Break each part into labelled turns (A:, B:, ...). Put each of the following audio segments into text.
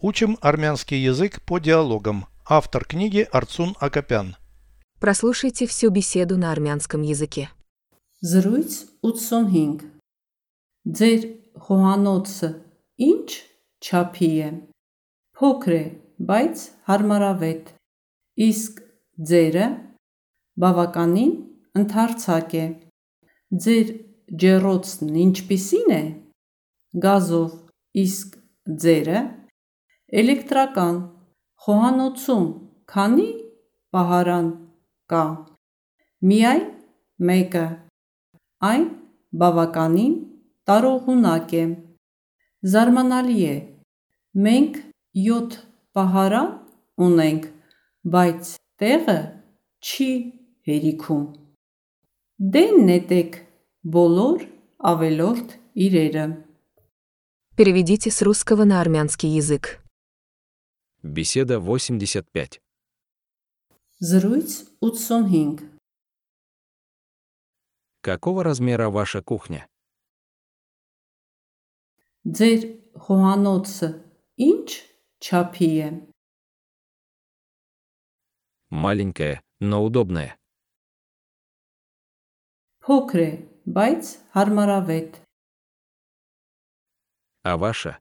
A: Учим армянский язык по диалогам. Автор книги Арцун Акопян.
B: Прослушайте всю беседу на армянском языке.
C: Զրույց 85 Ձեր խոհանոցը ինչ չափի է Փոքր է, բայց հարմարավետ Իսկ ձերը բավականին ընդարձակ է Ձեր ջեռոցն ինչպիսին է Գազով, իսկ ձերը էլեկտրական Խոհանոցում քանի պահարան կա Միայն մեկը Այն բավականին տարողունակ է։ Զարմանալի է։ Մենք 7 պահարան ունենք, բայց տեղը չի հերիքում։ Դեն նետեք բոլոր ավելորդ իրերը։
B: Переведите с русского на армянский язык.
D: Беседа 85.
C: Զրույց 85
D: Какого размера ваша кухня?
C: Ձեր խոհանոցը ինչ չափի է։
D: Маленькая, но удобная.
C: Փոքր է, բայց հարմարավետ։
D: А ваша?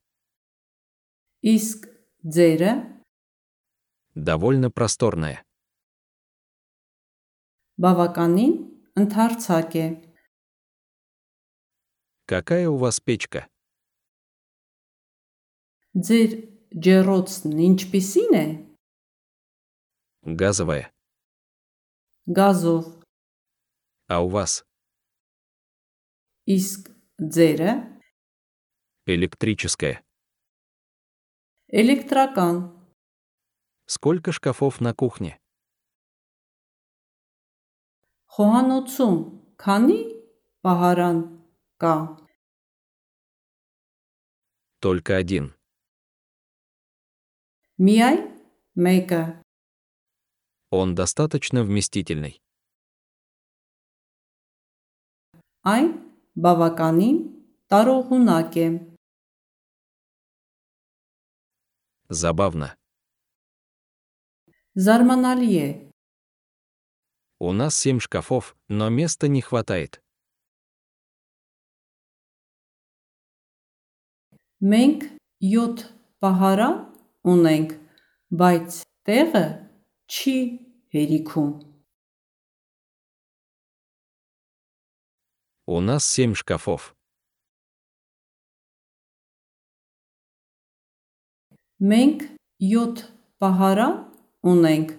C: Իսկ ձերը
D: Довольно просторная.
C: բավականին ընդարձակ է։
D: Какая у вас печка?
C: Ձեր ջեռոցն ինչպիսին է։
D: Газовая.
C: Գազով,
D: А у вас?
C: իսկ ձերը
D: Электрическая.
C: էլեկտրական,
D: Сколько шкафов на кухне?
C: խոհանոցում քանի պահարան կա։
D: Только один.
C: Միայն մեկը
D: Он достаточно вместительный.
C: այն բավականին տարողունակ է։
D: Забавно.
C: Զարմանալի է,
D: У нас семь шкафов, но места не хватает.
C: մենք 7 պահարան ունենք, բայց տեղը չի հերիքում։
D: У нас семь шкафов.
C: Մենք 7 պահարան ունենք,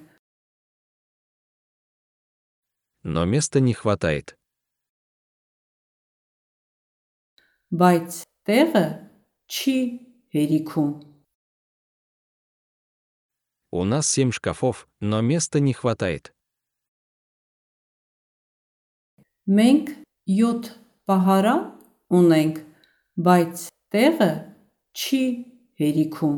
D: Но места не хватает.
C: բայց տեղը չի հերիքում։
D: У нас семь шкафов, но места не хватает.
C: Մենք 7 պահարան ունենք, բայց տեղը չի հերիքում։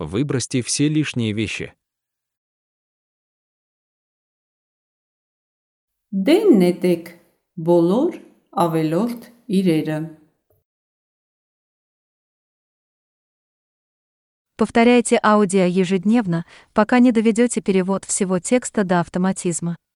D: Выбросьте все лишние вещи.
C: Դեն Դե նետեք բոլոր ավելորդ իրերը։
E: Повторяйте аудио ежедневно, пока не доведете перевод всего текста до автоматизма.